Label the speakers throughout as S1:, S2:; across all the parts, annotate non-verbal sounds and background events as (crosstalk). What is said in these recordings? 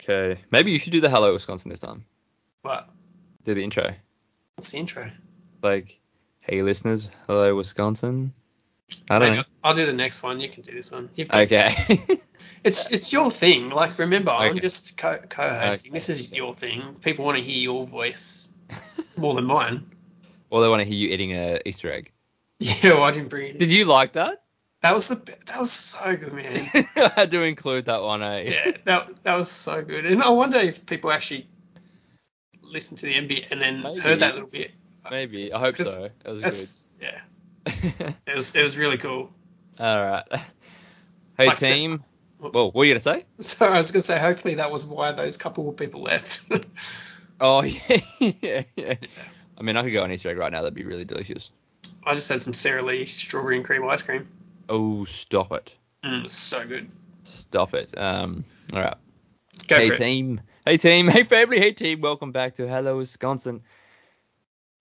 S1: Okay. Maybe you should do the Hello Wisconsin this time.
S2: What?
S1: Do the intro.
S2: What's the intro?
S1: Like, hey listeners, hello Wisconsin. I don't
S2: Hang on. I'll do the next one. You can do this one. You've
S1: know.
S2: got,
S1: Okay. (laughs)
S2: It's it's your thing. Like remember, I'm
S1: Okay.
S2: just co- co-hosting.
S1: Okay.
S2: This is your thing. People want to hear your voice more than mine. (laughs)
S1: or they want to hear you eating a Easter egg.
S2: Yeah, well, I didn't bring it. in.
S1: Did you like that? (laughs)
S2: That was the be- that was so good, man.
S1: I had to include that one, eh?
S2: yeah, that that was so good. And I wonder if people actually listened to the NBA and then
S1: Maybe.
S2: heard that little bit.
S1: Maybe. I hope
S2: 'Cause
S1: so. It was
S2: That's yeah.
S1: good. (laughs)
S2: It was it was really cool. (laughs)
S1: All right. Hey
S2: Like I said- oh.
S1: team. Well, what were you gonna say?
S2: So I was gonna say, hopefully that was why those couple of people left. (laughs)
S1: Oh (laughs) yeah, yeah, yeah. I mean, I could go on Easter egg right now. That'd be really delicious.
S2: I just had some Sara Lee strawberry and cream ice cream.
S1: Oh, stop it.
S2: Mm, so good.
S1: Stop it. Um, all right.
S2: Go
S1: hey
S2: for it.
S1: team. Hey team. (laughs) Hey family. Hey team. Welcome back to Hello Wisconsin.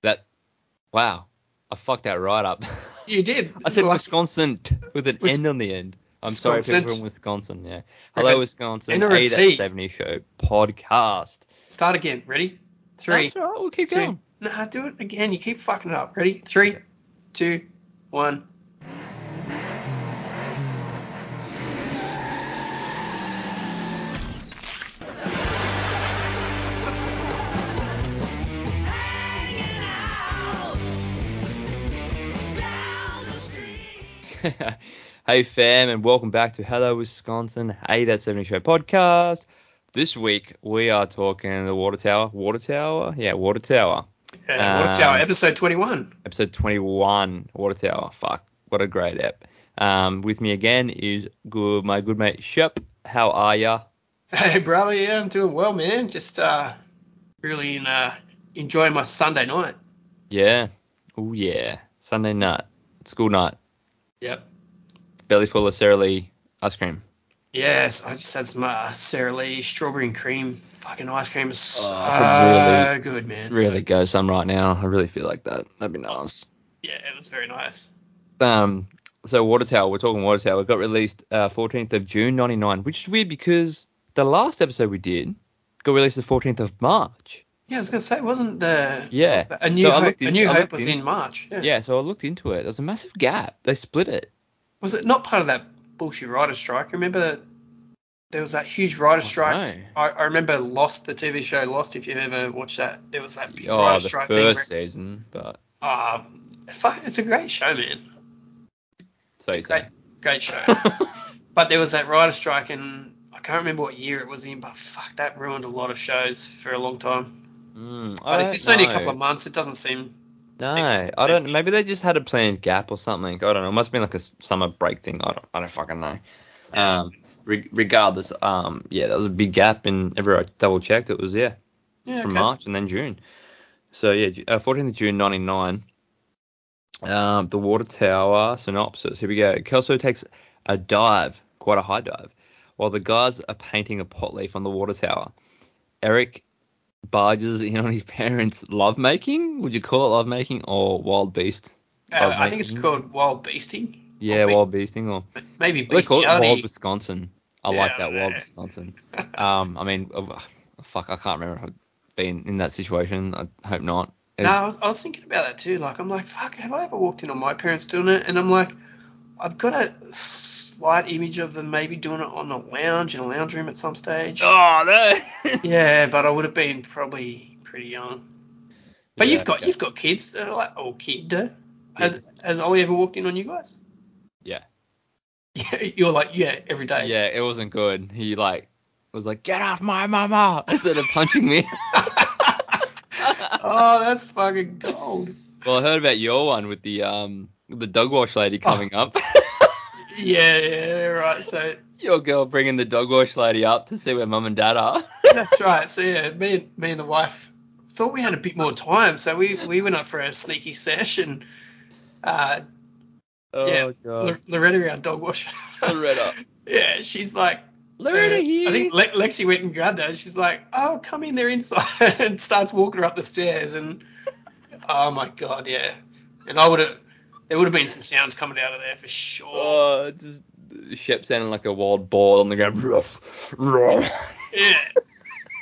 S1: That. Wow. I fucked that right up. (laughs)
S2: You did.
S1: I said
S2: Like-
S1: Wisconsin t- with an
S2: Wis-
S1: N on the end. I'm sorry, people
S2: Wisconsin.
S1: from Wisconsin. Yeah. Hello
S2: Okay.
S1: Wisconsin.
S2: N or a
S1: A
S2: T?
S1: seventy show podcast.
S2: Start again. Ready? Three.
S1: That's all right. We'll keep
S2: two-
S1: going.
S2: Nah, do it again. You keep fucking it up. Ready? Three, two, one.
S1: (laughs) hey fam, and welcome back to Hello Wisconsin. Hey, that 70 Show podcast. This week we are talking the Water Tower. Water Tower, yeah, Water Tower.
S2: Yeah, Water Tower,
S1: Um,
S2: episode 21.
S1: Episode 21, Water Tower. Fuck, what a great ep. Um, with me again is good my good mate Shep. How are ya?
S2: (laughs) Hey, brother. Yeah, I'm doing well, man. Just uh, really in, uh, enjoying my Sunday night.
S1: Yeah. Oh yeah. Sunday night, school night,
S2: Yep.
S1: belly full of Sara Lee ice cream.
S2: Yes, I just had some uh, Sara Lee strawberry and cream fucking ice cream. It's So
S1: Oh, really-
S2: good, man.
S1: Really go some right now. I really feel like that. That'd be nice.
S2: Yeah, it was very nice.
S1: um so water tower we're talking water tower it got released uh 14th of june 99 which is weird because the last episode we did got released the 14th of march
S2: Yeah, I was gonna say, wasn't the
S1: yeah
S2: a new
S1: So I
S2: hope,
S1: looked in-
S2: a new
S1: I
S2: hope
S1: looked
S2: was
S1: in-
S2: in March? Yeah.
S1: yeah so i looked into it there's a massive gap they split it
S2: Was it not part of that bullshit writer strike? Remember there was that huge
S1: Oh,
S2: writer strike.
S1: know.
S2: I, I remember Lost, the TV show Lost. If you've ever watched that, there was that big
S1: oh
S2: writer
S1: the
S2: strike thing.
S1: first
S2: Where,
S1: season but
S2: Ah, fuck, it's a great show, man.
S1: so you
S2: (laughs) Great,
S1: say
S2: great
S1: (laughs)
S2: show. but there was that writer strike, and I can't remember what year it was in. But fuck, that ruined a lot of shows for a long time.
S1: Mm, I
S2: But if
S1: don't
S2: it's only a
S1: know.
S2: couple of months, it doesn't seem.
S1: no,
S2: things.
S1: I don't. Maybe they just had a planned gap or something. I don't know. It must have been like a s- summer break thing. I don't. I don't fucking know. Um, re- regardless, um, yeah, that was a big gap, and everywhere I double checked, it was yeah,
S2: Yeah,
S1: from
S2: okay.
S1: March and then June. So yeah, Ju- uh, 14th of June 99. Um, the water tower synopsis. Here we go. Kelso takes a dive, quite a high dive, while the guys are painting a pot leaf on the water tower. Eric barges in on his (laughs) parents' lovemaking. Would you call it lovemaking or wild beast?
S2: Uh, I think it's
S1: lovemaking?
S2: called Wild Beasting.
S1: Yeah,
S2: Wild
S1: wild beasting or
S2: Maybe
S1: they call it Wild
S2: Bestiality.
S1: Wisconsin. I
S2: Yeah,
S1: like that
S2: I
S1: Wild
S2: know.
S1: Wisconsin. Um, I mean, uh, fuck, I can't remember if I've been in that situation. I hope not. It-
S2: No, I was, I was thinking about that too. Like, I'm like, fuck, have I ever walked in on my parents doing it? And I'm like, I've got a slight image of them maybe doing it on a lounge in a lounge room at some stage.
S1: Oh no.
S2: (laughs) Yeah, but I would have been probably pretty young. But
S1: Yeah,
S2: you've got
S1: okay.
S2: you've got kids, that are like oh kid. uh, Has has Ollie ever walked in on you guys?
S1: Yeah.
S2: (laughs) Yeah, you're like yeah every day.
S1: Yeah, it wasn't good. He like was like, get off my mama (laughs) instead of punching
S2: (laughs)
S1: me.
S2: Oh, that's fucking gold.
S1: well, I heard about your one with the um the dog wash lady
S2: Oh.
S1: coming up. (laughs)
S2: Yeah, yeah, right. So
S1: your girl bringing the dog wash lady up to see where mum and dad are.
S2: That's right. So yeah, me and me and the wife thought we had a bit more time, so we we went up for a sneaky sesh and uh,
S1: oh
S2: (laughs) yeah,
S1: god.
S2: L- Loretta, our dog washer. (laughs)
S1: Loretta.
S2: yeah, she's like.
S1: Loretta
S2: uh,
S1: here.
S2: I think Le- Lexi went and grabbed her. and She's like, "Oh, come in, they're inside," (laughs) and starts walking her up the stairs. And oh my god, yeah. And I would have, there would have been some sounds coming out of there for sure.
S1: Oh, (laughs) just Shep sounding like a wild boar on the ground.
S2: Yeah.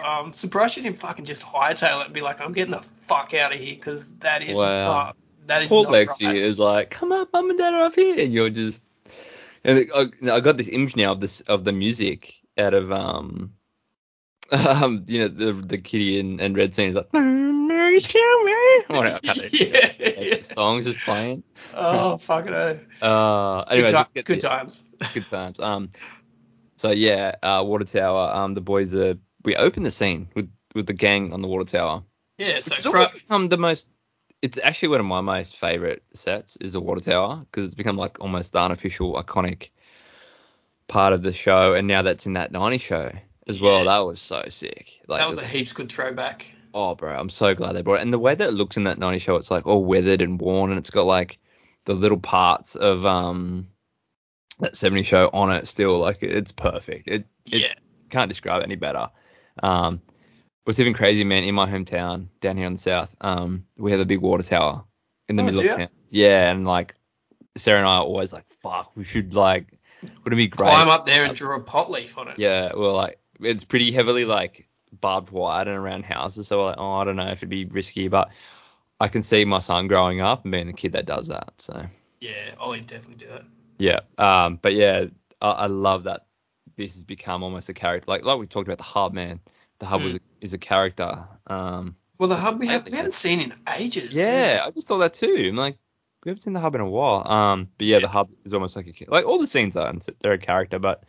S2: Um, surprised she didn't fucking just hightail it and be like, I'm getting the fuck out of here because that is
S1: Wow.
S2: not. That is
S1: Poor
S2: not
S1: Lexi
S2: right.
S1: is like, come on, mum and dad are up here, and you're just. And I, no, I got this image now of this of the music out of um, (laughs) um, you know the the kitty and, and red scene is like, "Mummy, tell me. (laughs) Whatever,
S2: (laughs)
S1: I can't do it.
S2: yeah.
S1: Like, songs just playing.
S2: Oh, fucking hell.
S1: Uh, anyway,
S2: good,
S1: let's
S2: ti-
S1: get
S2: good
S1: the-
S2: times.
S1: good times. Um, so yeah, uh, water tower. Um, the boys are. We open the scene with with the gang on the water tower.
S2: Yeah, so
S1: It's
S2: fr-
S1: almost become the most. It's actually one of my most favorite sets is the water tower because it's become like almost the unofficial iconic part of the show, and now that's in that '90s show as
S2: Yeah.
S1: well. That was so sick. Like,
S2: that was a heaps good throwback.
S1: oh, bro, I'm so glad they brought it. And the way that it looks in that '90s show, it's like all weathered and worn, and it's got like the little parts of um that '70s show on it still. Like it's perfect. It, it
S2: yeah.
S1: can't describe it any better. Um, what's even crazy, man, in my hometown down here in the south, um, we have a big water tower in the
S2: Oh,
S1: middle
S2: do
S1: of
S2: ya?
S1: town. Yeah, and like Sarah and I are always like, fuck, we should like, wouldn't it be great?
S2: Climb up there and draw a pot leaf on it.
S1: Yeah, well, like it's pretty heavily like barbed wire and around houses, so we're like, oh, I don't know if it'd be risky, but I can see my son growing up and being the kid that does that. So
S2: Yeah, Ollie definitely do that.
S1: yeah, um, but yeah, I, I love that this has become almost a character. Like like we talked about the hub, man. The hub was a, is a character. Um,
S2: Well, the hub we, have,
S1: Lately,
S2: we haven't seen in ages.
S1: yeah, I just thought that too. I'm like, we haven't seen the hub in a while. Um, but yeah, the hub is almost like a cha- like all the scenes are. and They're a character, but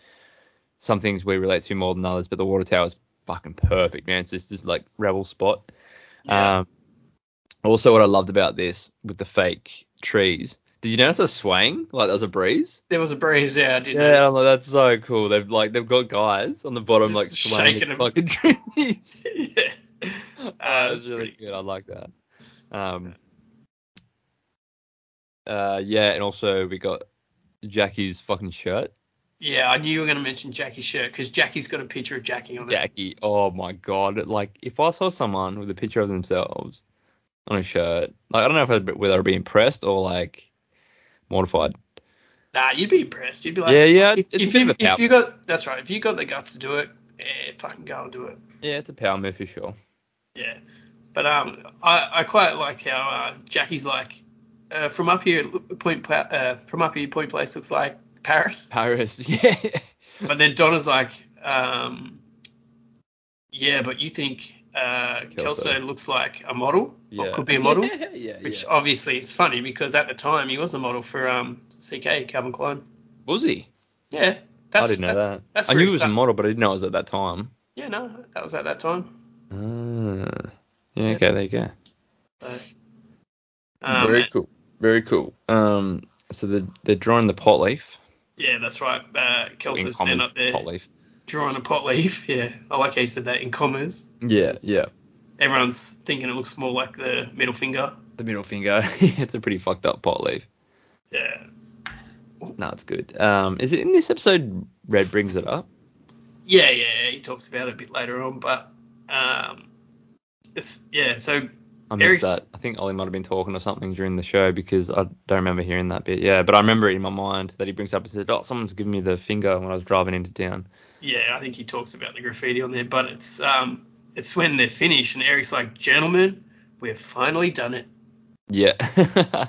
S1: some things we relate to more than others. But the water tower is fucking perfect, man. It's just this like rebel spot.
S2: Yeah.
S1: Um, also, what I loved about this with the fake trees. Did you notice a swaying? Like there was a breeze.
S2: there was a breeze. Yeah, I did.
S1: Yeah, I'm
S2: notice.
S1: like, that's so cool. They've like they've got guys on the bottom
S2: Just
S1: like swaying
S2: shaking
S1: the
S2: 'em. (laughs)
S1: fucking trees.
S2: (laughs) yeah.
S1: Uh,
S2: Uh,
S1: that's
S2: it's
S1: really
S2: pretty,
S1: good. I like that. Um, uh, yeah, and also we got Jackie's fucking shirt.
S2: yeah, I knew you were going to mention Jackie's shirt because Jackie's got a picture of Jackie on it.
S1: Jackie, oh my god! Like if I saw someone with a picture of themselves on a shirt, like I don't know if I'd, whether I'd be impressed or like mortified.
S2: Nah, you'd be impressed. You'd be like,
S1: Yeah, yeah,
S2: If,
S1: it's- it's
S2: if
S1: a bit
S2: you,
S1: of a
S2: if
S1: pout.
S2: you got that's right. If you got the guts to do it, eh, fucking go and do it.
S1: Yeah, it's a power move for sure. (laughs)
S2: Yeah. But um, I, I quite like how uh, Jackie's like, uh, from up here, Point Pla- uh, from up here, Point Place looks like Paris. (laughs)
S1: Paris, (laughs) yeah.
S2: But then Donna's like, um, yeah, but you think uh, Kelso.
S1: Kelso.
S2: looks like a model
S1: yeah.
S2: or could be a model,
S1: Yeah, (laughs) yeah,
S2: which
S1: yeah.
S2: obviously is funny because at the time he was a model for um, CK Calvin Klein.
S1: Was he?
S2: Yeah. That's,
S1: I didn't know
S2: that's,
S1: that.
S2: That's
S1: I
S2: where
S1: knew
S2: he
S1: it was a
S2: started.
S1: model, but I didn't know it was at that time.
S2: Yeah, no, that was at that time.
S1: Ah, yeah, okay, there you go.
S2: So, um,
S1: Very cool. Very cool. Um, so they're, they're drawing the pot leaf.
S2: Yeah, that's right. Uh,
S1: in
S2: Kelso's
S1: common,
S2: standing up there
S1: Pot leaf.
S2: drawing a pot leaf. (laughs) Yeah, I like how you said that in commas.
S1: Yeah,
S2: It's-
S1: yeah.
S2: Everyone's thinking it looks more like the middle finger.
S1: The middle finger. (laughs) it's a pretty fucked up pot leaf.
S2: Yeah.
S1: No, it's good. Um, is it in this episode? Red brings it up.
S2: Yeah, yeah, he talks about it a bit later on, but um, it's, yeah, so
S1: I missed
S2: Eric's-
S1: that. I think Ollie might have been talking or something during the show because I don't remember hearing that bit. Yeah, but I remember it in my mind that he brings up and said, "Oh, someone's giving me the finger when I was driving into town."
S2: yeah, I think he talks about the graffiti on there, but it's, um, it's when they're finished and Eric's like, gentlemen, we've finally done it.
S1: Yeah. (laughs) yeah.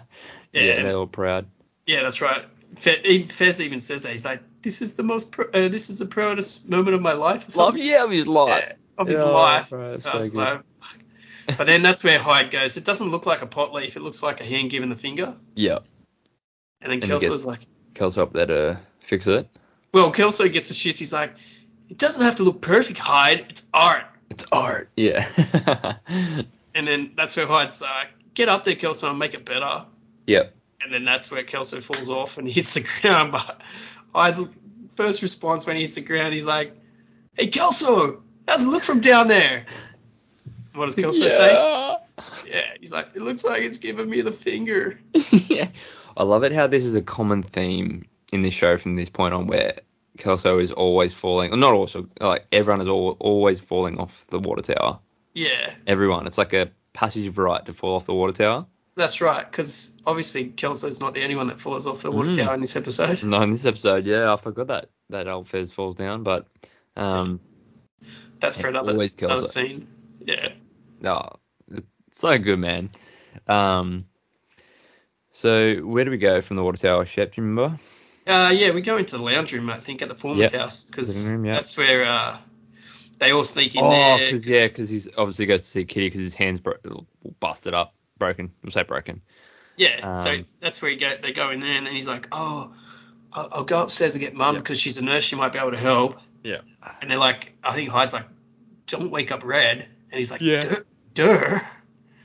S2: Yeah.
S1: They were proud.
S2: Yeah, that's right. Fe- even- Fez even says that. He's like, this is the most, pro- uh, this is the proudest moment of my life. Or
S1: Love
S2: something.
S1: yeah, of his life.
S2: Yeah, of his
S1: Yeah,
S2: life.
S1: right, it's
S2: Uh,
S1: so good.
S2: so- (laughs) but then that's where Hyde goes. It doesn't look like a pot leaf. It looks like a hand given the finger.
S1: Yeah.
S2: And then
S1: And he
S2: Kelso's
S1: gets-
S2: like,
S1: Kelso up there to uh, fix it.
S2: well, Kelso gets the shits. He's like, it doesn't have to look perfect, Hyde. It's art.
S1: It's art. Yeah. (laughs)
S2: And then that's where Hyde's like, get up there, Kelso, and make it better.
S1: yep.
S2: And then that's where Kelso falls off and (laughs) hits the ground. But Hyde's first response when he hits the ground, he's like, hey, Kelso, how's it look from down there? What does Kelso say? Yeah, he's like, it looks like it's giving me the finger.
S1: (laughs) yeah. I love it how this is a common theme in this show from this point on where Kelso is always falling. Not also like everyone is al always falling off the water tower.
S2: Yeah.
S1: Everyone. It's like a passage of right to fall off the water tower.
S2: That's right, because obviously Kelso's not the only one that falls off the water
S1: Mm.
S2: tower in this episode. (laughs)
S1: No, in this episode, yeah, I forgot that that old Fez falls down, but um,
S2: That's for
S1: It's
S2: another,
S1: always Kelso.
S2: another scene. Yeah.
S1: No, it's so good, man. Um, so where do we go from the water tower, Shep? Do you remember?
S2: Uh, yeah, we go into the lounge room, I think, at the foreman's
S1: Yep.
S2: house because
S1: Living room, yep.
S2: that's where uh, they all sneak in
S1: oh,
S2: there.
S1: because yeah, because he's obviously goes to see Kitty because his hands bro- busted up, broken. We'll say broken.
S2: yeah. so
S1: um,
S2: that's where he go, they go in there, and then he's like, "Oh, I'll, I'll go upstairs and get mum
S1: Yep.
S2: because she's a nurse; she might be able to help."
S1: Yeah.
S2: And they're like, I think Hyde's like, "Don't wake up Red," and he's like,
S1: Yeah.
S2: "Duh." duh.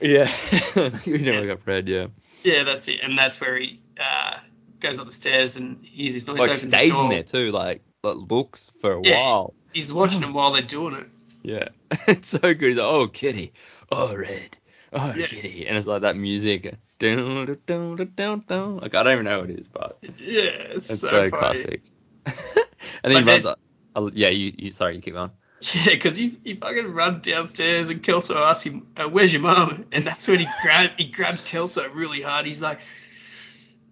S1: Yeah. you know, (laughs) we
S2: Yeah.
S1: got Fred. Yeah.
S2: Yeah, (laughs) that's it. And that's where he uh, goes up the stairs and hears his noise,
S1: like
S2: opens the
S1: stays
S2: door.
S1: in there too, like, like looks for a
S2: Yeah.
S1: while.
S2: He's watching
S1: Oh.
S2: them while they're doing it.
S1: Yeah. (laughs) it's so good. He's like, oh, Kitty. Oh, Red. Oh,
S2: Yeah.
S1: Kitty. And it's like that music. Dun, dun, dun, dun, dun, dun. Like I don't even know what it is, but
S2: Yeah, it's,
S1: it's so,
S2: so, funny.
S1: classic. (laughs) and then
S2: But
S1: he runs
S2: then-
S1: up. oh, yeah, you, you. Sorry, you keep going.
S2: Yeah, because he, he fucking runs downstairs and Kelso asks him, uh, "Where's your mum?" And
S1: (laughs)
S2: that's when he grab he grabs Kelso really hard. He's like,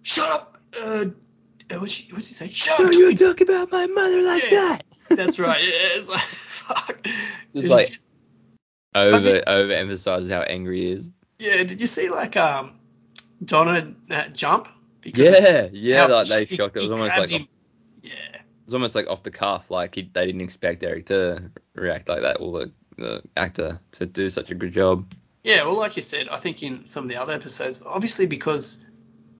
S2: "Shut up!" Uh, uh, what's, he, what's he say? Shut up! Dwayne."
S1: talk about my mother
S2: like Yeah. (laughs)
S1: (laughs)
S2: that's right. Yeah, it's like (laughs) fuck. Did you
S1: like-
S2: just-
S1: Over
S2: But
S1: overemphasizes how angry he is.
S2: yeah, did you see like um Donna uh, jump?
S1: Yeah, yeah,
S2: how
S1: like they
S2: she-
S1: shocked. It
S2: he
S1: was almost
S2: grabbed
S1: like off,
S2: him.
S1: it
S2: yeah,
S1: was almost like off the cuff. Like he, they didn't expect Eric to react like that, or the, the actor to do such a good job.
S2: yeah. Well, like you said, I think in some of the other episodes, obviously because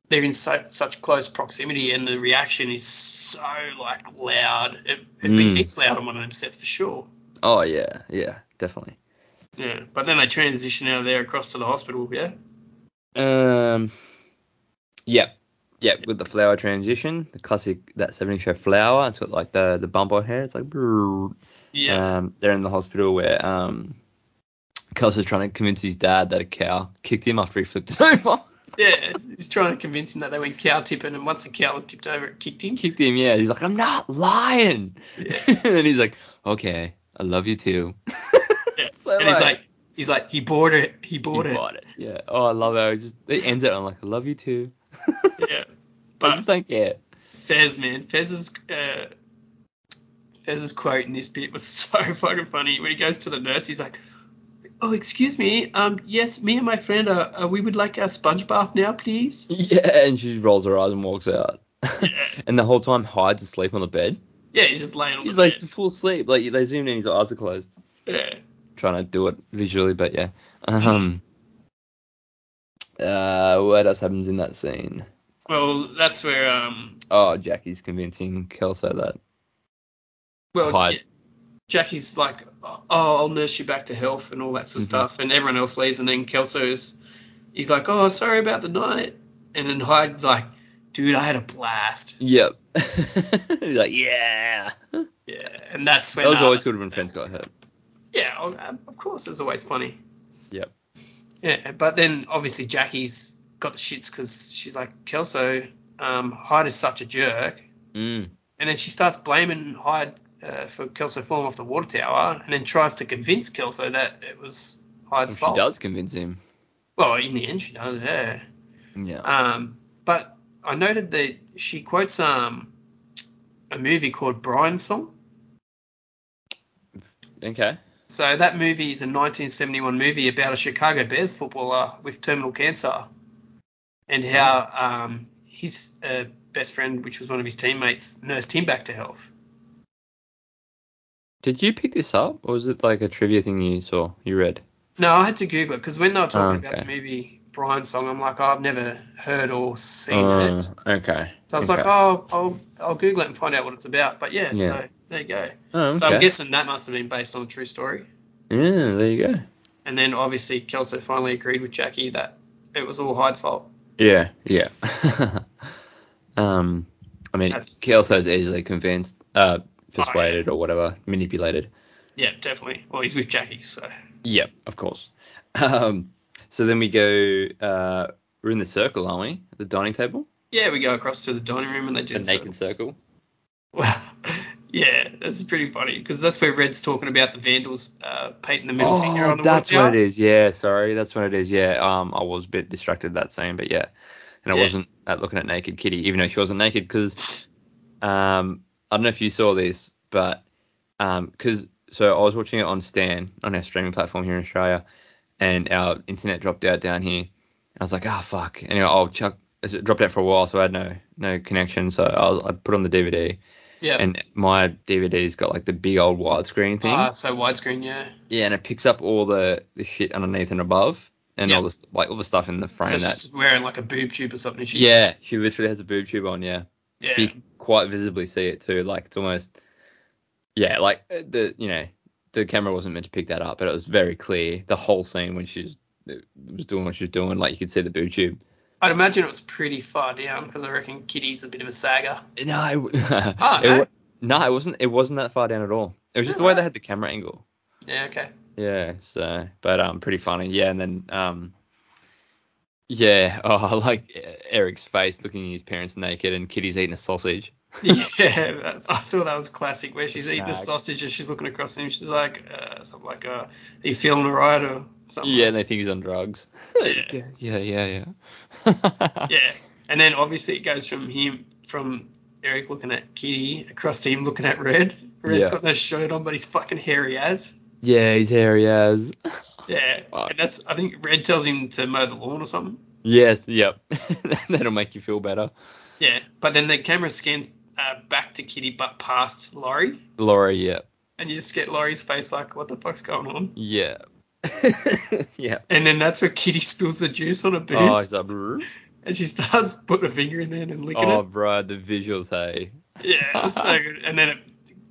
S2: they're in so, such close proximity and the reaction is so like loud. It, it
S1: Mm.
S2: beats loud on one of them sets for sure.
S1: Oh yeah, yeah, definitely.
S2: Yeah, but then they transition out of there across to the hospital. Yeah,
S1: Um, yeah, yeah, with the flower transition, the classic that 70 show flower. It's got like the the bump on her. It's like. brrr.
S2: yeah,
S1: Um, they're in the hospital where um, Kelso's trying to convince his dad that a cow kicked him after he flipped it (laughs) over.
S2: yeah. He's trying to convince him that they went cow tipping, and once the cow was tipped over, it kicked him.
S1: kicked him, yeah. He's like, I'm not lying.
S2: Yeah.
S1: (laughs) and then he's like, okay, I love you
S2: (laughs)
S1: too. (laughs)
S2: Yeah.
S1: So,
S2: and he's
S1: like-
S2: like, he's like, he bought it. He
S1: He
S2: bought it.
S1: bought it. Yeah. Oh, I love how it just it ends it on like, I love you too.
S2: Yeah,
S1: (laughs) I
S2: but
S1: just don't care.
S2: Fez, man. Fez's uh, Fez's quote in this bit was (laughs) so fucking funny. When he goes to the nurse, he's like, "Oh, excuse me. Um, yes, me and my friend, uh, uh, we would like our sponge bath now, please."
S1: Yeah. And she rolls her eyes and walks out. (laughs) and the whole time hides asleep on the bed.
S2: Yeah, he's just laying on
S1: He's
S2: the
S1: like
S2: bed.
S1: full sleep. Like they zoomed in, his eyes are closed.
S2: Yeah.
S1: trying to do it visually, but yeah. Um, uh, what else happens in that scene?
S2: Well, that's where um.
S1: Oh, Jackie's convincing Kelso that.
S2: Well,
S1: Hide.
S2: yeah, Jackie's like, "Oh, I'll nurse you back to health and all that sort of
S1: Mhm.
S2: stuff," and everyone else leaves, and then Kelso's, he's like, "Oh, sorry about the night," and then Hyde's like, "Dude, I had a blast."
S1: Yep. (laughs) He's like, yeah. That
S2: Yeah, and that's when
S1: was
S2: uh,
S1: always good when friends got hurt.
S2: Yeah, of of course, it was always funny.
S1: Yep.
S2: Yeah, but then obviously Jackie's got the shits because she's like, Kelso, um, Hyde is such a jerk.
S1: Mm.
S2: And then she starts blaming Hyde uh, for Kelso falling off the water tower and then tries to convince Kelso that it was Hyde's
S1: She
S2: fault.
S1: does convince him.
S2: Well, in the end, she does, yeah.
S1: Yeah.
S2: Um, but I noted that she quotes um, a movie called Brian's Song.
S1: okay.
S2: So that movie is a 1971 movie about a Chicago Bears footballer with terminal cancer, and how um, his uh, best friend, which was one of his teammates, nursed him back to health.
S1: Did you pick this up, or was it like a trivia thing you saw, you read?
S2: No, I had to Google it because when they were talking
S1: Oh,
S2: about the
S1: okay.
S2: movie Brian's Song, I'm like, oh, I've never heard or seen
S1: Uh,
S2: it.
S1: okay.
S2: So I was
S1: okay.
S2: like, oh, I'll, I'll Google it and find out what it's about. But yeah,
S1: Yeah.
S2: so there you go.
S1: Oh, okay.
S2: So I'm guessing that must have been based on a true story.
S1: yeah, there you go.
S2: And then obviously Kelso finally agreed with Jackie that it was all Hyde's fault.
S1: Yeah, yeah. (laughs) um, I mean,
S2: That's-
S1: Kelso's easily convinced, uh,
S2: yeah.
S1: persuaded or whatever, manipulated.
S2: Yeah, definitely. Well, he's with Jackie, so.
S1: Yeah, of course. (laughs) Um, so then we go. Uh, we're in the circle, aren't we? The dining table,
S2: Yeah, we go across to the dining room and they do
S1: the
S2: the
S1: naked
S2: (laughs)
S1: circle.
S2: Well, yeah, this is pretty funny because that's where Red's talking about the Vandals uh, painting the middle finger
S1: Oh,
S2: on the
S1: that's
S2: water
S1: what
S2: tower.
S1: it is. Yeah, sorry, that's what it is. Yeah. Um, I was a bit distracted that scene, but yeah, and I
S2: Yeah.
S1: wasn't uh, looking at naked Kitty, even though she wasn't naked, because um, I don't know if you saw this, but um, because so I was watching it on Stan on our streaming platform here in Australia, and our internet dropped out down here. I was like, ah, fuck. Anyway, I'll chuck. It dropped out for a while, so I had no no connection. So I, was, I put on the DVD,
S2: Yeah.
S1: and my DVD's got like the big old widescreen thing.
S2: Ah, so widescreen, yeah.
S1: yeah, and it picks up all the, the shit underneath and above, and
S2: Yeah.
S1: all this like all the stuff in the
S2: So
S1: frame. that
S2: she's wearing like a boob tube or something. She,
S1: yeah, she literally has a boob tube on. Yeah.
S2: Yeah.
S1: you can quite visibly see it too. Like it's almost, yeah, like uh, the you know the camera wasn't meant to pick that up, but it was very clear the whole scene when she was, was doing what she was doing. Like you could see the boob tube.
S2: I'd imagine it was pretty far down because I reckon Kitty's a bit of a sagger.
S1: No, (laughs) it, w-
S2: Oh,
S1: it
S2: no?
S1: wa- no, it wasn't. It wasn't that far down at all. It was just the way they had the camera angle.
S2: Yeah,
S1: (laughs)
S2: okay. (laughs)
S1: Yeah, so but um pretty funny. Yeah, and then um yeah, (laughs) oh I like E- Eric's face looking at his parents naked and Kitty's eating a sausage.
S2: yeah, that's, I thought that was classic where she's eating a
S1: Snag.
S2: sausage and she's looking across at him. She's like, uh, something like, uh, are you feeling all right or something?
S1: Yeah, and they think he's on drugs.
S2: (laughs) Yeah.
S1: yeah, yeah, yeah.
S2: Yeah. And then obviously it goes from him, from Eric looking at Kitty across to him looking at Red. Red's
S1: Yeah.
S2: got no shirt on, but he's fucking hairy as.
S1: (laughs) Yeah, he's hairy as.
S2: Yeah.
S1: Fuck.
S2: And that's, I think Red tells him to mow the lawn or something.
S1: Yes, yep. (laughs) That'll make you feel better.
S2: Yeah. But then the camera scans uh, back to Kitty but past Laurie.
S1: Laura, yeah.
S2: And you just get Laurie's face like, what the fuck's going on?
S1: Yeah. (laughs) yeah.
S2: And then that's where Kitty spills the juice on her boobs.
S1: Oh, he's like, "Brr."
S2: And she starts (laughs) putting a finger in there and licking
S1: oh, bro, the visuals, hey.
S2: it. Yeah, it was so good. And then it,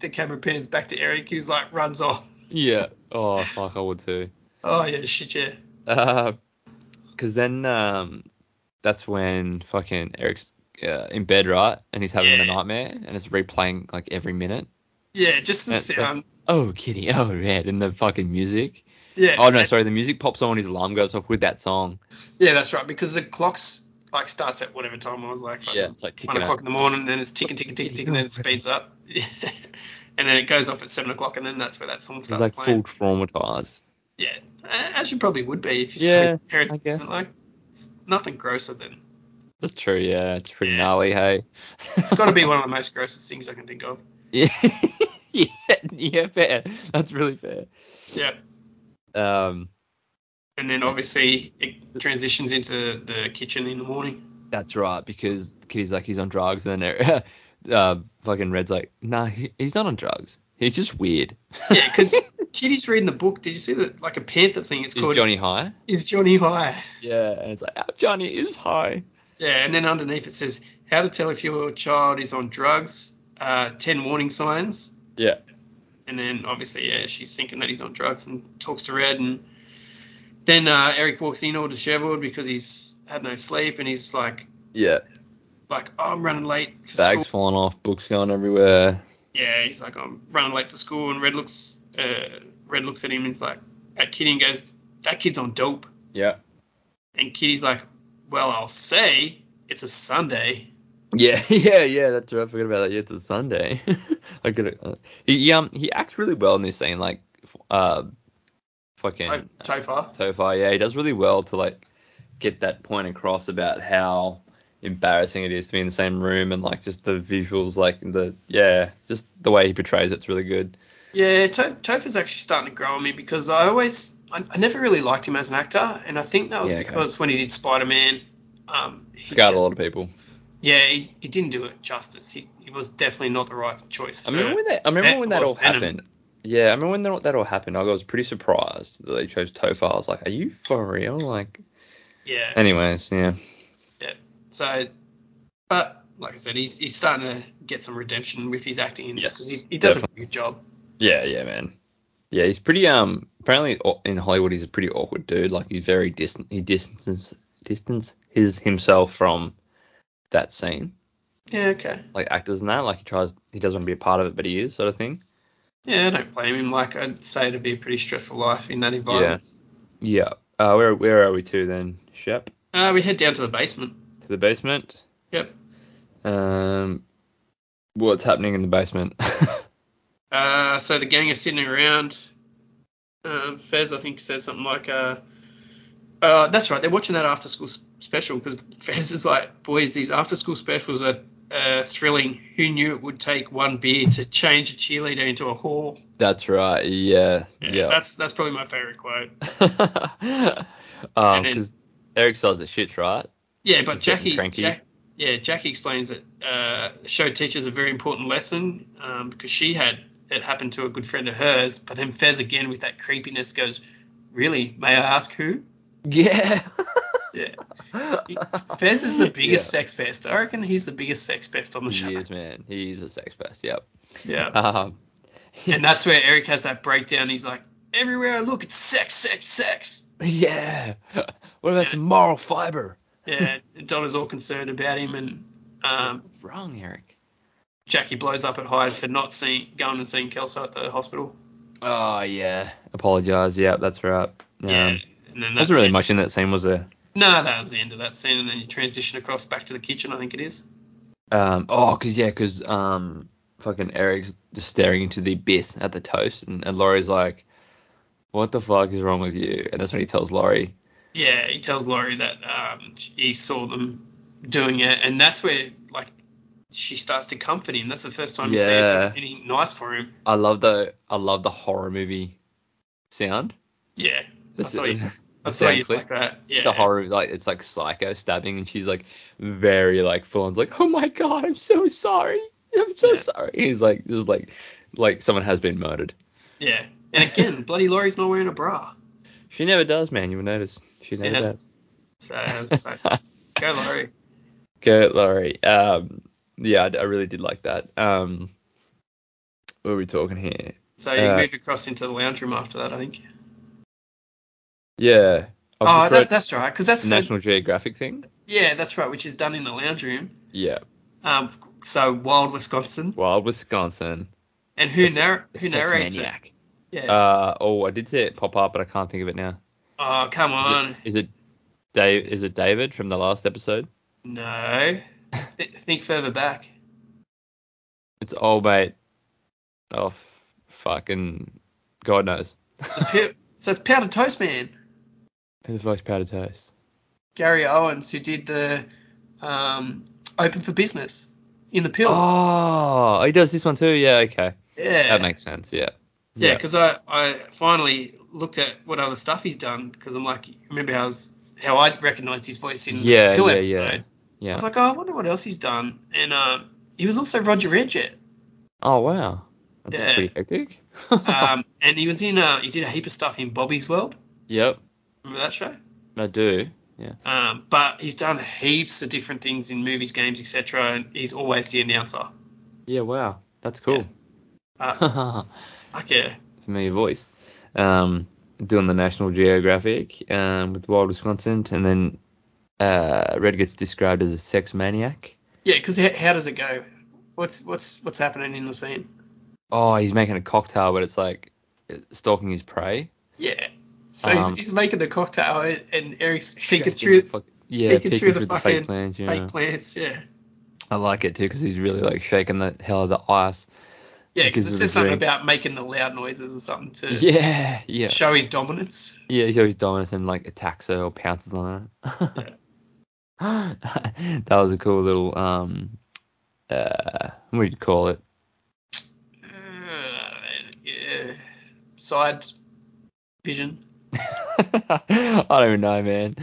S2: the camera pans back to Eric, who's like runs off.
S1: Yeah. Oh, fuck, I would too.
S2: Oh yeah, shit yeah.
S1: because Uh, then um, that's when fucking Eric's uh, in bed, right? And he's having the
S2: Yeah.
S1: nightmare, and it's replaying like every minute.
S2: Yeah, just the
S1: That's it.
S2: sound.
S1: Oh, kitty. (laughs) Oh, red. And the fucking music.
S2: yeah.
S1: Oh no, sorry. The music pops on when his alarm goes off with that song.
S2: Yeah, that's right. Because the clock's like starts at whatever time I was like, fucking
S1: Yeah, it's like
S2: one
S1: ticking.
S2: o'clock
S1: Up.
S2: in the morning, and then it's ticking, ticking, ticking, ticking, and then it speeds up. (laughs) and then it goes off at seven o'clock, and then that's where that song
S1: He's
S2: starts
S1: like
S2: playing.
S1: full traumatized.
S2: Yeah, A- as you probably would be if you
S1: Yeah,
S2: yeah, parents
S1: I
S2: didn't,
S1: guess.
S2: like it's nothing grosser than
S1: That's true. Yeah, it's pretty
S2: Yeah.
S1: gnarly. Hey.
S2: it's got to be one of the most grossest things I can think of.
S1: yeah, (laughs) yeah, (laughs) fair. That's really fair.
S2: Yeah.
S1: Um,
S2: And then obviously it transitions into the kitchen in the morning.
S1: That's right, because Kitty's like he's on drugs, and then (laughs) uh, fucking Red's like, nah, he, he's not on drugs. He's just weird. (laughs)
S2: Yeah, because Kitty's reading the book. Did you see that? Like a panther thing. It's
S1: Is
S2: called
S1: Johnny high?
S2: Is Johnny High?
S1: Yeah, and it's like "Oh, Johnny is high.
S2: Yeah, and then underneath it says how to tell if your child is on drugs, uh, 10 warning signs.
S1: Yeah.
S2: And then obviously, yeah, she's thinking that he's on drugs and talks to Red. And then uh, Eric walks in all disheveled because he's had no sleep and he's like,
S1: Yeah.
S2: like oh, I'm running late for
S1: Bags
S2: school.
S1: falling off, books going everywhere.
S2: Yeah, he's like, I'm running late for school. And Red looks, uh, Red looks at him and he's like, at Kitty and goes, that kid's on dope.
S1: Yeah.
S2: And Kitty's like, well, I'll say it's a Sunday.
S1: Yeah, (laughs) yeah, yeah. That's right. I forgot about that. Yeah, it's a Sunday. (laughs) I could. Uh, he he, um he acts really well in this scene. Like, f- uh, fucking.
S2: So, so far.
S1: so far. Yeah, he does really well to like get that point across about how embarrassing it is to be in the same room and like just the visuals, like the yeah, just the way he portrays it's really good.
S2: Yeah, to- Topher's actually starting to grow on me because I always, I, I never really liked him as an actor, and I think that was
S1: Yeah, okay.
S2: because when he did Spider Man, um, he
S1: Scarred a
S2: just-
S1: lot of people.
S2: Yeah, he, he didn't do it justice. He, he was definitely not the right choice. For,
S1: I remember when that. I remember
S2: Venom
S1: when that
S2: was
S1: all
S2: Venom.
S1: happened. Yeah, I remember when that, that all happened. I was pretty surprised that they chose Topher. I was like, "Are you for real?" Like,
S2: yeah.
S1: anyways, yeah,
S2: so, but like I said, he's he's starting to get some redemption with his acting in this. 'cause
S1: Yes,
S2: he, he does
S1: definitely.
S2: a good job.
S1: yeah, yeah, man, yeah. He's pretty um. Apparently, au- in Hollywood, he's a pretty awkward dude. Like, he's very distant. He distances distance his himself from that scene.
S2: Yeah, okay.
S1: like actors and that. Like he tries, he doesn't want to be a part of it, but he is, sort of thing.
S2: Yeah, I don't blame him. Like I'd say it'd be a pretty stressful life in that
S1: yeah,
S2: environment.
S1: yeah. Uh, where where are we to then, Shep?
S2: Uh, we head down to the basement.
S1: To the basement.
S2: Yep.
S1: Um, what's happening in the basement? (laughs)
S2: Uh, so the gang are sitting around. Um, Fez, I think, says something like, uh, (laughs) uh, "That's right, they're watching that after-school s- special because Fez is like, boys, these after-school specials are uh, thrilling. Who knew it would take one beer to change a cheerleader into a whore?
S1: That's right. Yeah.
S2: Yeah,
S1: Yeah.
S2: that's that's probably my favorite quote.
S1: (laughs) Because
S2: And then-
S1: Um, Eric sells the shits, right? (laughs)
S2: Yeah, but
S1: He's getting
S2: Jackie,
S1: cranky.
S2: Jack, yeah, Jackie explains that uh, the show teaches a very important lesson um, because she had it happened to a good friend of hers. But then Fez again with that creepiness goes, "Really? May I ask who?"
S1: Yeah. (laughs)
S2: Yeah, Fez is the biggest
S1: Yeah.
S2: sex pest. I reckon he's the biggest sex pest on the show.
S1: He is, man. He is a sex pest. Yep.
S2: Yeah,
S1: Um,
S2: and that's where Eric has that breakdown. He's like, "Everywhere I look, it's sex, sex, sex."
S1: yeah. (laughs) What about some moral fiber?
S2: Yeah, Donna's all concerned about him, and um,
S1: What's wrong, Eric?
S2: Jackie blows up at Hyde for not seeing going and seeing Kelso at the hospital.
S1: Oh yeah. Apologize. Yep, that's right. Um,
S2: Yeah, and then that's
S1: Wasn't really
S2: it.
S1: much in that scene, was there?
S2: No, that was the end of that scene, and then you transition across back to the kitchen. I think it is.
S1: Um, oh, cause yeah, cause um, fucking Eric's just staring into the abyss at the toast, and, and Laurie's like, "What the fuck is wrong with you?" And that's when he tells Laurie,
S2: Yeah, he tells Laurie that um, he saw them doing it, and that's where like she starts to comfort him. That's the first time you see her
S1: Yeah.
S2: do anything nice for him.
S1: "I love the, I love the horror movie sound."
S2: Yeah,
S1: This
S2: I thought
S1: (laughs)
S2: you, I
S1: the
S2: thought
S1: sound
S2: you'd
S1: clip.
S2: like that. Yeah,
S1: The horror, like it's like psycho stabbing, and she's like very like full on's like, "Oh my god, I'm so sorry, I'm so
S2: Yeah.
S1: sorry." He's like, "This is like, like someone has been murdered."
S2: Yeah, and again, (laughs) bloody Laurie's not wearing a bra.
S1: She never does, man. You will notice. She never
S2: Yeah.
S1: does.
S2: So that
S1: (laughs)
S2: was great. go Laurie.
S1: Go, Laurie. Um, yeah, I, I really did like that. Um, what are we talking here?
S2: So you
S1: Uh,
S2: move across into the lounge room after that, I think.
S1: Yeah. I've
S2: Oh,
S1: just
S2: that,
S1: wrote
S2: that's right, because that's
S1: the National Geographic thing.
S2: yeah, that's right, which is done in the lounge room.
S1: Yeah.
S2: Um, so Wild Wisconsin,
S1: Wild Wisconsin.
S2: and who,
S1: It's-
S2: narr- who
S1: Sex
S2: narrates it?
S1: maniac.
S2: Yeah.
S1: Uh, oh, I did see it pop up, but I can't think of it now.
S2: oh, come
S1: Is
S2: on.
S1: it, is it Dave? Is it David from the last episode?
S2: No. Th- think further back.
S1: It's old mate. Oh, f- fucking God knows.
S2: The pu- so it's Powdered Toast Man,
S1: Who the fuck's Powder Toast?
S2: Gary Owens, who did the um, Open for Business in the pill.
S1: Oh, he does this one too. Yeah, okay.
S2: yeah.
S1: That makes sense. Yeah.
S2: Yeah, because I, I finally looked at what other stuff he's done because I'm like, remember how I, was, how I recognized his voice in
S1: Yeah,
S2: the pill
S1: yeah,
S2: episode?
S1: yeah.
S2: I
S1: Yeah.
S2: was like, oh, I wonder what else he's done. And um, he was also Roger Edgett.
S1: (laughs) oh wow. That's
S2: Yeah.
S1: pretty hectic. (laughs)
S2: Um, and he was in, uh, he did a heap of stuff in Bobby's World.
S1: yep,
S2: Remember that show?
S1: I do. Yeah.
S2: Um, but he's done heaps of different things in movies, games, etc. And he's always the announcer.
S1: Yeah. Wow. That's cool. (laughs)
S2: Uh, fuck yeah.
S1: Familiar voice. Um, doing the National Geographic um, with Wild Wisconsin, and then uh, Red gets described as a sex maniac.
S2: Yeah, because how, how does it go? What's what's what's happening in the scene?
S1: Oh, he's making a cocktail, but it's like uh, stalking his prey.
S2: Yeah. So
S1: Um,
S2: he's, he's making the cocktail, and, and Eric's peeking
S1: Shaking
S2: through
S1: the fuck- yeah,
S2: peeking through the fucking
S1: fake plans. Yeah.
S2: fake plants. Yeah.
S1: I like it too because he's really like shaking the hell out of the
S2: (laughs)
S1: ice.
S2: Yeah,
S1: Because
S2: because it
S1: of the
S2: says something
S1: drink.
S2: about making the loud noises or something to
S1: Yeah, (laughs) yeah.
S2: show his dominance.
S1: Yeah, he goes dominant and like attacks her or pounces on (laughs) her. (laughs) that was a cool little um uh what do you call it?
S2: Uh, yeah. Side vision.
S1: (laughs) I don't even know, man.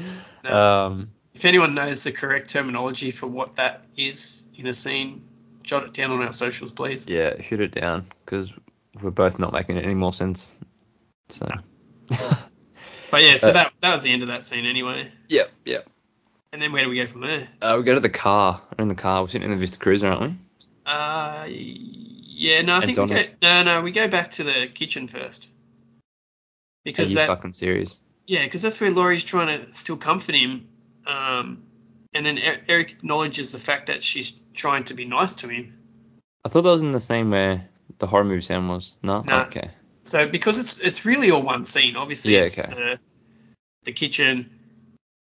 S2: No.
S1: Um
S2: If anyone knows the correct terminology for what that is in a scene, jot it down on our socials, please.
S1: yeah, shoot it down because we're both not making it any more sense. So
S2: But yeah, so
S1: Uh,
S2: that that was the end of that scene anyway.
S1: (laughs) Yep, yep.
S2: And then where do we go from there?
S1: Uh, we go to the car. We're in the car. We're sitting in the Vista Cruiser, aren't we?
S2: Uh, yeah, no, I
S1: And
S2: think we go,
S1: Donna's-
S2: no, no, we go back to the kitchen first.
S1: Are
S2: Because
S1: you
S2: that,
S1: fucking serious?
S2: yeah, because that's where Laurie's trying to still comfort him. Um, and then E- Eric acknowledges the fact that she's trying to be nice to him.
S1: I thought that was in the same where the horror movie sound was. No?
S2: No.
S1: Okay.
S2: So because it's it's really all one scene, obviously
S1: Yeah,
S2: it's
S1: okay.
S2: the the kitchen,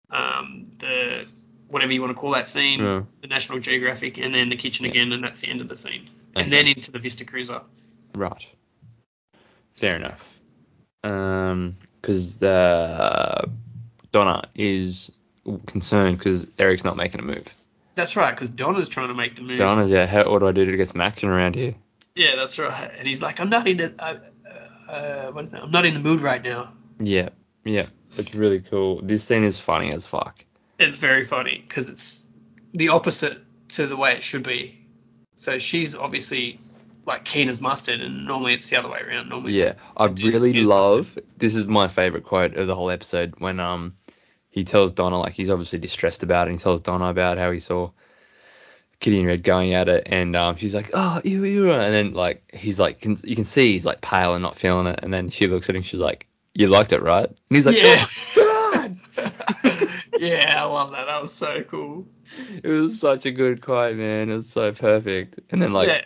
S2: um, the whatever you want to call that scene,
S1: Yeah.
S2: the National Geographic, and then the kitchen again, and that's the end of the scene.
S1: Okay.
S2: And then into the Vista Cruiser.
S1: Right. Fair enough. Um, because uh, Donna is concerned because Eric's not making a move.
S2: That's right, because Donna's trying to make the move.
S1: Donna's, yeah, how, what do I do to get some action around here?
S2: Yeah, that's right. And he's like, I'm not in the, I, uh, uh, what is that? I'm not in the mood right now.
S1: Yeah, yeah, it's really cool. This scene is funny as fuck.
S2: It's very funny because it's the opposite to the way it should be. So she's obviously like keen as mustard, and normally it's the other way around. Normally,
S1: Yeah,
S2: it's,
S1: I
S2: the dude's
S1: really
S2: keen as
S1: love. This is my favorite quote of the whole episode when um he tells Donna like he's obviously distressed about it. And he tells Donna about how he saw Kitty and Red going at it, and um she's like, oh, you, you, and then like he's like, can, you can see he's like pale and not feeling it, and then she looks at him, she's like, you liked it, right? And he's like,
S2: Yeah.
S1: "Oh, God!"
S2: mustard. yeah, I love that. That was so cool.
S1: It was such a good quote, man. It was so perfect, and then like
S2: yeah,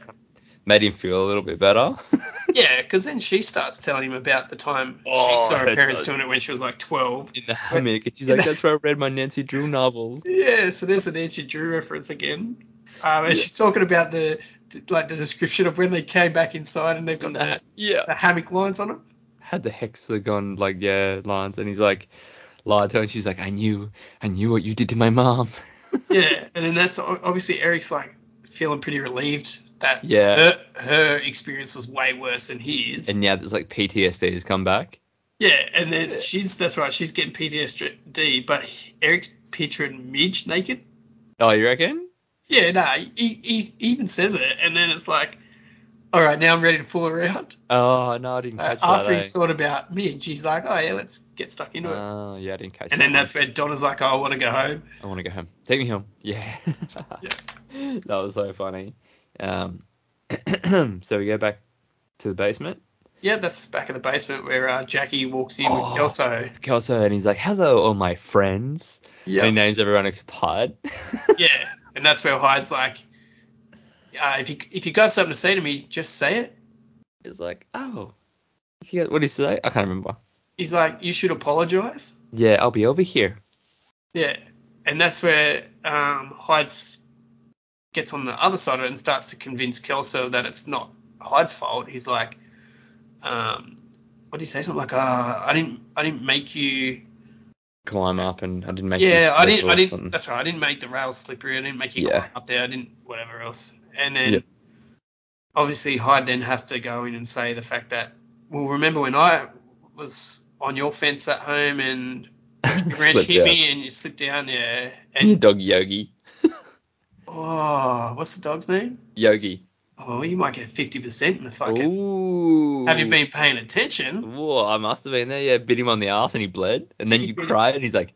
S1: made him feel a little bit better. (laughs)
S2: yeah, because then she starts telling him about the time
S1: Oh,
S2: she saw her
S1: that's
S2: parents
S1: nice.
S2: doing it when she was like 12.
S1: In the hammock, and she's like, that's where I read my Nancy Drew novels.
S2: Yeah, so there's an Nancy Drew reference again. Um, and
S1: Yeah.
S2: she's talking about the, the like the description of when they came back inside and they've got the,
S1: Yeah.
S2: the hammock lines on them.
S1: had the hexagon like yeah lines and he's like lied to her and she's like I knew I knew what you did to my mom
S2: Yeah, and then that's o- obviously Eric's like feeling pretty relieved that
S1: Yeah.
S2: her, her experience was way worse than his.
S1: and now there's like PTSD has come back
S2: yeah, and then
S1: Yeah.
S2: she's that's right, she's getting PTSD, but he- Eric's picturing Midge naked.
S1: oh you reckon
S2: Yeah, nah, he, he he even says it, and then it's like, all right, now I'm ready to fool around.
S1: oh no I didn't
S2: So
S1: catch
S2: Uh, after
S1: that
S2: he's
S1: eh?
S2: thought about Midge, he's like, oh yeah, let's get stuck into it.
S1: oh yeah I didn't catch
S2: And
S1: that
S2: then
S1: one.
S2: that's where Donna's like, oh, I want to go home.
S1: I want to go home take me home yeah, (laughs) that was so funny um (clears throat) so we go back to the basement
S2: Yeah, that's back in the basement where uh, Jackie walks in
S1: Oh.
S2: with Kelso.
S1: Kelso and he's like hello all my friends and he names everyone except Hyde (laughs)
S2: Yeah, and that's where Hyde's like, uh, if you if you got something to say to me, just say it.
S1: it's like oh if you got- what did he say I can't remember
S2: He's like, you should apologize.
S1: yeah I'll be over here
S2: Yeah, and that's where um, Hyde gets on the other side of it and starts to convince Kelso that it's not Hyde's fault. He's like, um, what did he say? Something like, uh, I didn't I didn't make you.
S1: climb up and I didn't make
S2: yeah,
S1: it
S2: I didn't
S1: slip or
S2: I didn't.
S1: something.
S2: (laughs) That's right. I didn't make the rails slippery. I didn't make you
S1: Yeah.
S2: climb up there. I didn't whatever else. And then.
S1: Yeah.
S2: obviously Hyde then has to go in and say the fact that well remember when I was on your fence at home and the
S1: (laughs)
S2: branch
S1: Slipped
S2: hit
S1: out.
S2: me and you slipped down there
S1: And your (laughs)
S2: and
S1: dog Yogi.
S2: oh what's the dog's name?
S1: Yogi.
S2: Oh you might get fifty percent in the fucking
S1: Ooh.
S2: have you been paying attention?
S1: Whoa, I must have been there. Yeah, bit him on the ass and he bled. And
S2: (laughs)
S1: then you cried and he's like,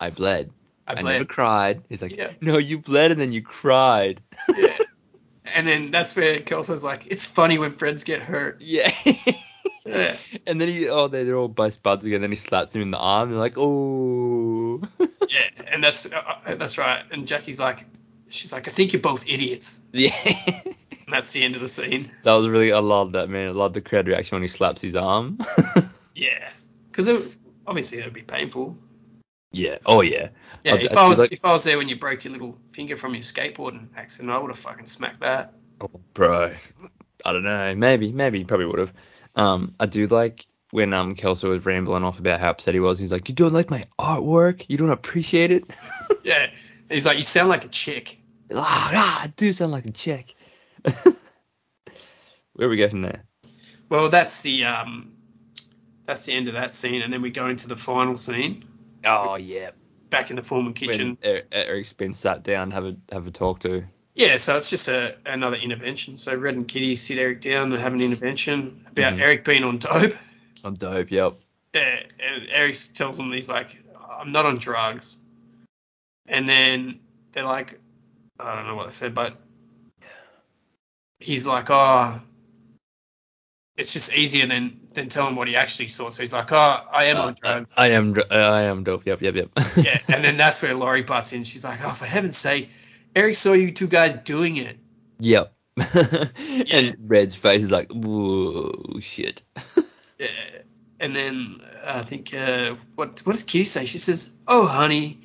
S1: I bled.
S2: I
S1: never
S2: bled.
S1: cried. He's like,
S2: Yeah.
S1: no, you bled and then you cried.
S2: Yeah. And then that's where Kelso's like, It's funny when friends get
S1: (laughs)
S2: hurt.
S1: Yeah.
S2: Yeah.
S1: (laughs) and then he, oh, they're, they're all best buds again. Then he slaps him in the arm. They're like,
S2: (laughs)
S1: oh.
S2: Yeah. And that's uh, uh, that's right. And Jackie's like she's like, I think you're both idiots.
S1: (laughs) yeah.
S2: And that's the end of the scene.
S1: That was really, I love that, man. I love the crowd reaction when he slaps his arm. (laughs)
S2: Yeah. Because it, obviously it would be painful.
S1: yeah. Oh, yeah.
S2: Yeah,
S1: I-
S2: if
S1: I
S2: I
S1: feel
S2: was
S1: like-
S2: if I was there when you broke your little finger from your skateboarding accident, I would have fucking smacked that.
S1: Oh, bro, I don't know. Maybe, maybe he probably would have. Um, I do like when um Kelso was rambling off about how upset he was. He's like, "You don't like my artwork? You don't appreciate it? (laughs)
S2: Yeah. And he's like, you sound like a chick.
S1: ah, ah, I do sound like a chick." (laughs) Where we go from there?
S2: Well, that's the um, that's the end of that scene, and then we go into the final scene,
S1: Oh
S2: It's back in the Foreman kitchen.
S1: when Er- Eric's been sat down, have a have a talk to.
S2: Yeah, so it's just a another intervention. So Red and Kitty sit Eric down and have an intervention about
S1: Mhm.
S2: Eric being on dope. (laughs)
S1: I'm dope. Yep.
S2: Yeah, and Eric tells them he's like, I'm not on drugs. And then they're like, I don't know what they said, but he's like, oh, it's just easier than than telling what he actually saw. So he's like, oh, I am
S1: Uh,
S2: on drugs.
S1: I, I am. dr- I am dope. Yep. Yep. (laughs) Yep.
S2: yeah, and then that's where Laurie butts in. She's like, oh, for heaven's sake, Eric saw you two guys doing it. (laughs)
S1: yep. And Red's face is like, whoa, shit. (laughs)
S2: Yeah. Uh, And then uh, I think, uh, what what does Kitty say? She says, oh, honey,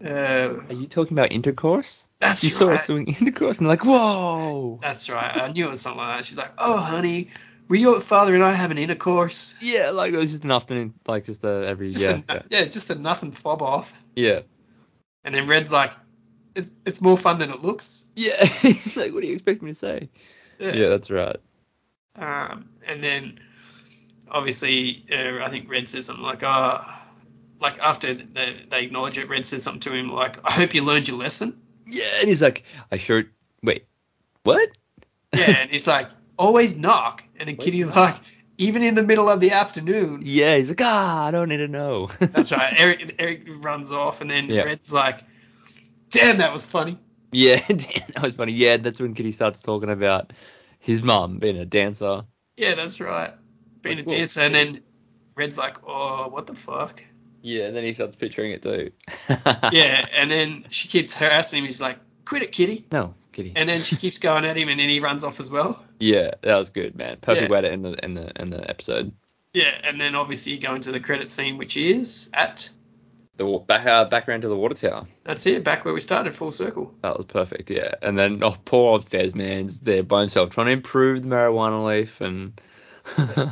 S2: uh,
S1: Are you talking about intercourse?
S2: that's
S1: you
S2: right.
S1: saw us doing intercourse and like, whoa.
S2: That's right. I knew it was something like that. She's like, "Oh, honey, were your father and I having intercourse?"
S1: Yeah, like it was just an afternoon, like just uh, every
S2: Just
S1: yeah,
S2: a, yeah, just a nothing fob off.
S1: yeah,
S2: And then Red's like, it's it's more fun than it looks.
S1: Yeah, (laughs) he's like, what do you expect me to say? Yeah, that's right.
S2: Um, and then obviously, uh, I think Red says something like, "Ah." like after they, they acknowledge it, Red says something to him like, "I hope you learned
S1: (laughs)
S2: your lesson."
S1: Yeah, and he's like, I sure. Wait, what?
S2: Yeah, and he's like, "Always knock." And then
S1: Wait.
S2: Kitty's like, "Even in the middle of the afternoon."
S1: Yeah, he's like, ah, I don't need to know.
S2: That's right. Eric Eric runs off, and then
S1: Yeah.
S2: Red's like, "Damn, that was funny."
S1: (laughs) Yeah, (laughs) Dan, that was funny. Yeah, that's when Kitty starts talking about his mum being a dancer.
S2: Yeah, that's right. Being a
S1: Like, whoa.
S2: dancer, and then Red's like, "Oh, what
S1: (laughs)
S2: the fuck?"
S1: Yeah, and then he starts picturing it too. (laughs)
S2: yeah, and then she keeps harassing him. He's like, "Quit it, Kitty."
S1: No, Kitty.
S2: And then she keeps going at him, and then he runs off as well.
S1: yeah, that was good, man. Perfect
S2: Yeah.
S1: way to end the end the end the episode.
S2: Yeah, and then obviously you go into the credit scene, which is at
S1: The wa- back uh, back around to the water tower.
S2: That's it, back where we started, full circle.
S1: That was perfect. Yeah, and then oh, poor old Fez man's there by himself trying to improve the marijuana leaf and (laughs)
S2: And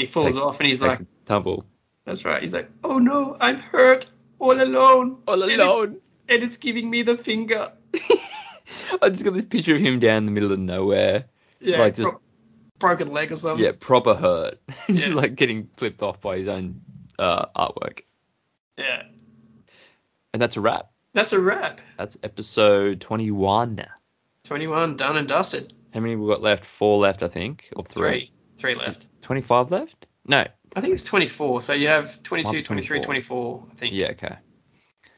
S2: he falls
S1: Takes-
S2: off and he's
S1: takes
S2: like,
S1: a tumble
S2: that's right. He's like, oh no, I'm hurt, all alone.
S1: all
S2: And it's-
S1: alone.
S2: And it's giving me the finger.
S1: (laughs) I just got this picture of him down in the middle of nowhere.
S2: Yeah,
S1: Like, just-
S2: pro- broken leg or something.
S1: yeah, proper hurt. (laughs) He's
S2: Yeah.
S1: like getting flipped off by his own uh, artwork.
S2: Yeah.
S1: And that's a wrap.
S2: That's a wrap.
S1: That's episode 21.
S2: 21, done and dusted.
S1: How many we got left? Four left, I think, or three.
S2: Three. Three left.
S1: 25 left? No.
S2: I think it's 24. So you have 22,
S1: Might be
S2: 23,
S1: 24.
S2: 24, I think.
S1: Yeah, okay.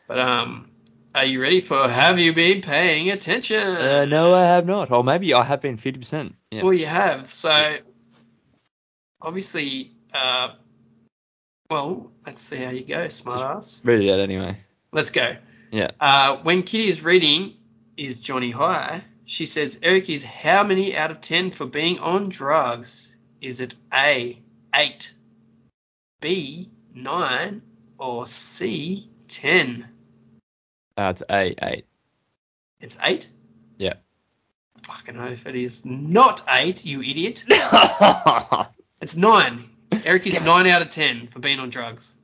S2: But um, are you ready for Have You Been Paying Attention?
S1: Uh, no, I have not. Or maybe I have been 50%. Yeah.
S2: Well, you have. So obviously, uh, well, let's see how you go, smartass.
S1: Read it out anyway.
S2: Let's go.
S1: Yeah.
S2: Uh, when Kitty is reading, is Johnny high? She says Eric is how many out of ten for being on drugs? Is it A eight, B nine, or C ten?
S1: Uh, it's A,
S2: (laughs)
S1: 8.
S2: It's eight.
S1: Yeah.
S2: Fucking hope it is not eight, you idiot.
S1: God
S2: It's nine. Eric is nine out of ten for being on
S1: (laughs)
S2: drugs.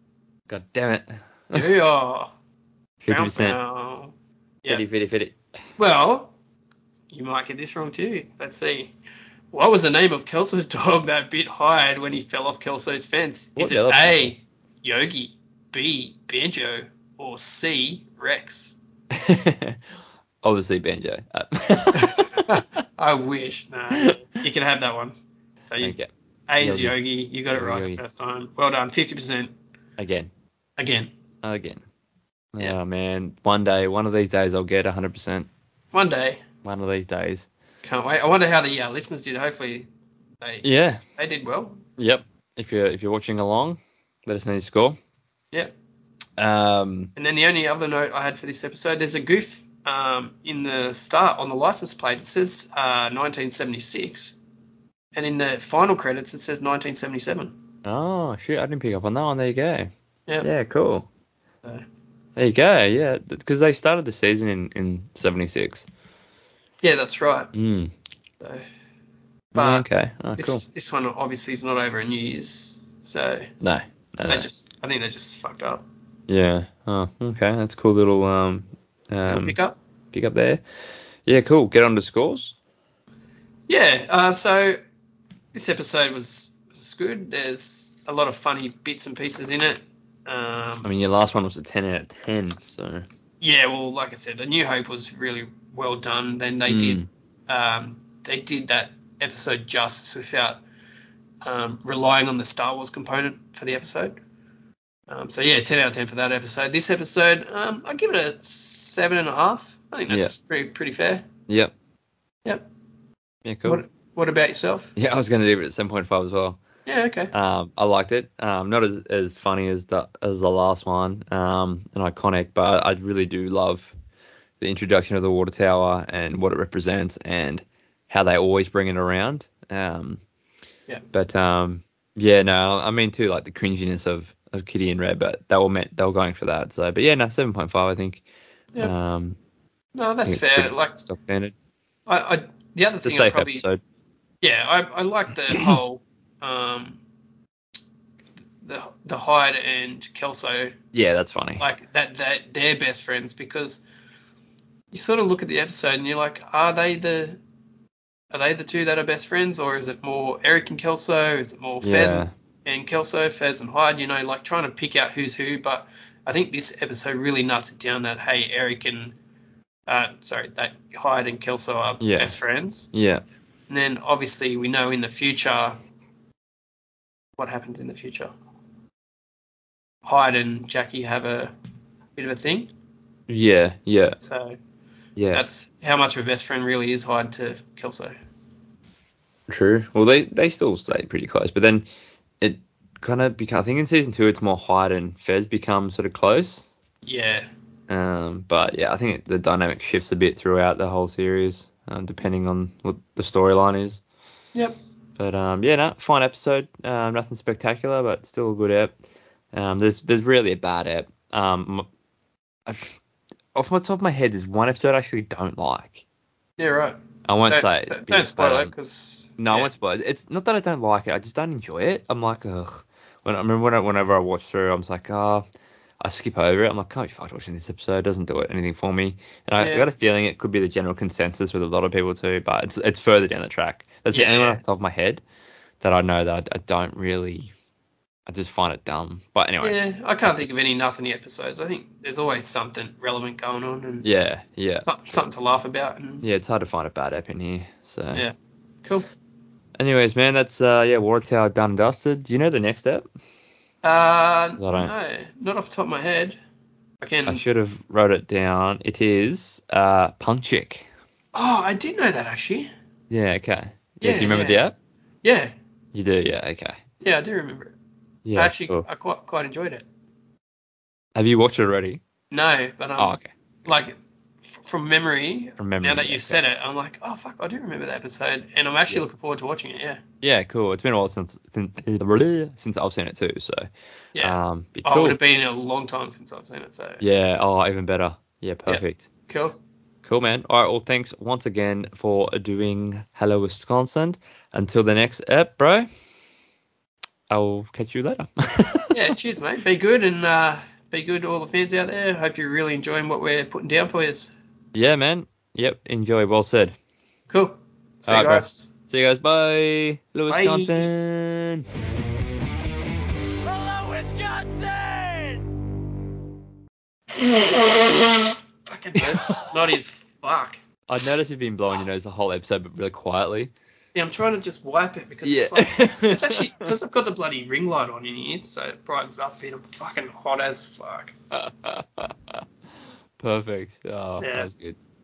S1: damn it.
S2: Yeah.
S1: 50%.
S2: Bow, bow. Yeah.
S1: 50, 50, 50.
S2: Well, you might get this wrong too. Let's see. What was the name of Kelso's (laughs) dog that bit hired when he fell off Kelso's fence?
S1: What
S2: Is
S1: the
S2: it
S1: other
S2: A, Yogi, B, Banjo, or C,
S1: (laughs)
S2: Rex?
S1: Obviously, banjo. Uh, (laughs)
S2: I wish. No, you can have that one. So you,
S1: okay.
S2: A is
S1: Yogi.
S2: Yogi. You got it right
S1: Yogi.
S2: the first time. Well done. 50%
S1: Again.
S2: again.
S1: Again.
S2: Yeah.
S1: Oh, man. One day, one of these days, I'll get 100%.
S2: One day.
S1: One of these days.
S2: Can't wait. I wonder how the uh, listeners did. Hopefully, they
S1: Yeah.
S2: they did well.
S1: Yep. If you're if you're watching along, let us know your score.
S2: Yeah.
S1: Um.
S2: And then the only other note I had for this episode, there's a goof um, in the start on the license plate. It says uh, 1976, and in the final credits it says 1977.
S1: Oh shoot! I didn't pick up on that one. There you go.
S2: Yeah.
S1: Yeah. Cool.
S2: So-
S1: There you go. Yeah. Because they started the season in in '76.
S2: Yeah, that's right.
S1: Mm.
S2: So
S1: Mm,
S2: But
S1: okay. Oh,
S2: this
S1: cool.
S2: this one obviously is not over in New Year's, so
S1: No. no,
S2: they
S1: no.
S2: just I think they just fucked up.
S1: Yeah. Oh. Okay. That's a cool little um um
S2: pick up.
S1: pick up there. Yeah. Cool. Get on to scores.
S2: Yeah, uh, so this episode was, was good. There's a lot of funny bits and pieces in it. Um,
S1: I mean, your last one was a 10 out of 10. So.
S2: yeah, well, like I said, A New Hope was really well done. Then they
S1: Mm.
S2: did um, they did that episode justice without um, relying on the Star Wars component for the episode. Um, so yeah, 10 out of 10 for that episode. This episode, um, I give it a seven and a half. I think that's pretty pretty fair.
S1: Yep.
S2: Yep.
S1: Yeah. Cool.
S2: What what about yourself?
S1: Yeah. I was gonna leave it at 7.5 as well.
S2: Yeah, okay.
S1: Um, I liked it. Um, not as, as funny as the as the last one, um, and iconic, but I really do love the introduction of the water tower and what it represents and how they always bring it around. Um,
S2: Yeah.
S1: But um, yeah, no, I mean too like the cringiness of, of Kitty and Red, but they were meant they were going for that. So, but yeah, no, seven point five, I think.
S2: Yeah.
S1: Um,
S2: No,
S1: I
S2: that's
S1: think it's
S2: fair.
S1: pretty
S2: Like
S1: stock standard.
S2: I, I the other
S1: It's a
S2: thing I
S1: safe
S2: probably
S1: episode. (coughs)
S2: Yeah, I, I like the whole um, the the Hyde and Kelso
S1: Yeah, that's funny.
S2: like that that they're best friends because you sort of look at the episode and you're like, are they the are they the two that are best friends or is it more Eric and Kelso? Is it more Fez
S1: Yeah.
S2: and Kelso, Fez and Hyde? You know, like trying to pick out who's who. But I think this episode really nuts it down that hey, Eric and uh, sorry, that Hyde and Kelso are
S1: Yeah.
S2: best friends.
S1: Yeah.
S2: And then obviously we know in the future what happens in the future. Hyde and Jackie have a bit of a thing.
S1: Yeah. Yeah.
S2: So
S1: Yeah.
S2: that's how much of a best friend really is Hyde to Kelso.
S1: True. Well, they they still stayed pretty close, but then it kind of became. I think in season two, it's more Hyde and Fez become sort of close.
S2: Yeah.
S1: Um, but yeah, I think it, the dynamic shifts a bit throughout the whole series, um, depending on what the storyline is.
S2: Yep.
S1: But um, yeah, no, fine episode. Um, nothing spectacular, but still a good app. Um, there's there's really a bad app. Um, m- off my top of my head, there's one episode I actually don't like.
S2: Yeah, right.
S1: I won't
S2: Don't-
S1: say it.
S2: Don't,
S1: but,
S2: don't spoil it
S1: um,
S2: 'cause
S1: No, I
S2: yeah.
S1: won't spoil it. It's not that I don't like it. I just don't enjoy it. I'm like, ugh. When I remember when I, whenever I watch through, I'm just like, ah, I skip over it. I'm like, can't be fucked watching this episode. It doesn't do it anything for me. And I, I
S2: Yeah.
S1: got a feeling it could be the general consensus with a lot of people too, but it's it's further down the track. That's the only one
S2: Yeah.
S1: off the top of my head that I know that I, I don't really. I just find it dumb. But anyway,
S2: Yeah, I can't think of any nothing episodes. I think there's always something relevant going on and
S1: yeah, yeah,
S2: some- something to laugh about. And
S1: yeah. It's hard to find a bad app in here. So,
S2: yeah. Cool.
S1: anyways, man, that's uh, yeah, Water Tower done and dusted. Do you know the next app?
S2: Uh,
S1: I don't-
S2: no, not off the top of my head. I can.
S1: I should have wrote it down. It is uh, Punkchick.
S2: Oh, I did know that actually.
S1: Yeah, okay. Yeah,
S2: Yeah,
S1: do you remember
S2: yeah.
S1: the app?
S2: Yeah,
S1: You do, yeah, okay.
S2: yeah, I do remember it.
S1: Yeah,
S2: I actually,
S1: cool.
S2: I quite quite enjoyed it.
S1: Have you watched it already?
S2: No, but um,
S1: oh, okay.
S2: like f- from memory,
S1: From memory,
S2: now that
S1: yeah,
S2: you've said it, I'm like, oh fuck, I do remember that episode, and I'm actually
S1: Yeah.
S2: looking forward to watching it. Yeah,
S1: Yeah, cool. It's been a while since since, since I've seen it too, so
S2: yeah.
S1: um, be
S2: Oh, it
S1: cool.
S2: would have been a long time since I've seen it, so
S1: yeah, oh, even better. Yeah, perfect.
S2: cool.
S1: Cool, man. All right, well, thanks once again for doing Hello Wisconsin. Until the next app, bro. I'll catch you later. (laughs)
S2: Yeah, cheers, mate. Be good and uh, be good to all the fans out there. Hope you're really enjoying what we're putting down for you.
S1: yeah, man. Yep, enjoy. Well said.
S2: Cool. See you
S1: Alright, bro.
S2: guys.
S1: See you guys. Bye. Hello,
S2: Bye.
S1: Wisconsin.
S3: Hello, Wisconsin!
S2: (laughs) Fucking that's snotty as fuck.
S1: I noticed you've been blowing your nose the whole episode, but really
S2: (laughs)
S1: quietly.
S2: Yeah, I'm trying to just wipe it because
S1: (laughs)
S2: it's like It's actually because I've got the bloody ring light on in here, so it brightens up a bit. I'm fucking hot as fuck.
S1: Perfect. Oh,
S2: Yeah.
S1: that was good.